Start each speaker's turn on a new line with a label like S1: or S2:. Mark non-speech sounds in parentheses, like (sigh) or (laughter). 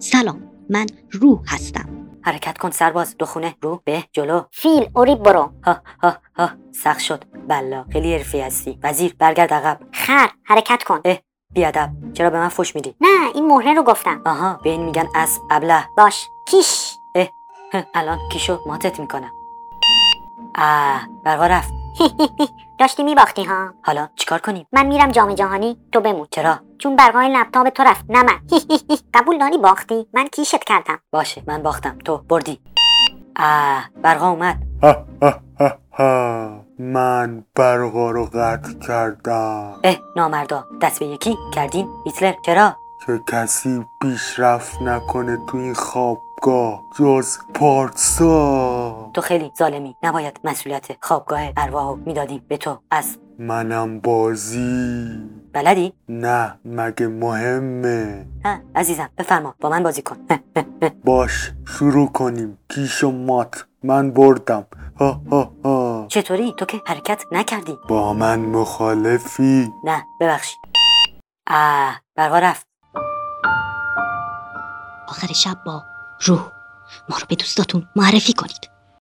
S1: سلام من روح هستم
S2: حرکت کن سرباز دخونه رو به جلو
S3: فیل اورید برو
S2: ها ها ها سخت شد بلا خیلی حرفی هستی وزیر برگرد عقب
S3: خر حرکت کن
S2: اه بیادب چرا به من فش میدی
S3: نه این مهره رو گفتم
S2: آها به این میگن اسب ابله
S3: باش کیش
S2: اه هه، الان کیشو ماتت میکنم آه برقا
S3: (laughs)
S2: رفت
S3: داشتی میباختی ها
S2: حالا چیکار کنیم
S3: من میرم جام جهانی تو بمون
S2: چرا
S3: چون برقای لپتاپ تو رفت نه
S2: (laughs)
S3: من قبول داری باختی من کیشت کردم
S2: باشه من باختم تو بردی آه برقا اومد
S4: من برقا رو قطع کردم
S2: اه نامردا دست به یکی کردین هیتلر چرا
S4: که کسی پیشرفت نکنه تو این خوابگاه جز پارسا
S2: تو خیلی ظالمی نباید مسئولیت خوابگاه ارواحو میدادیم به تو اسب
S4: منم بازی
S2: بلدی
S4: نه مگه مهمه
S2: نه عزیزم بفرما با من بازی کن (laughs) اه،
S4: باش شروع کنیم کیش و مات من بردم ها ها ها
S2: چطوری تو که حرکت نکردی
S4: با من مخالفی
S2: نه ببخشید آه برقا رفت
S1: آخر شب با روح ما رو به دوستاتون معرفی کنید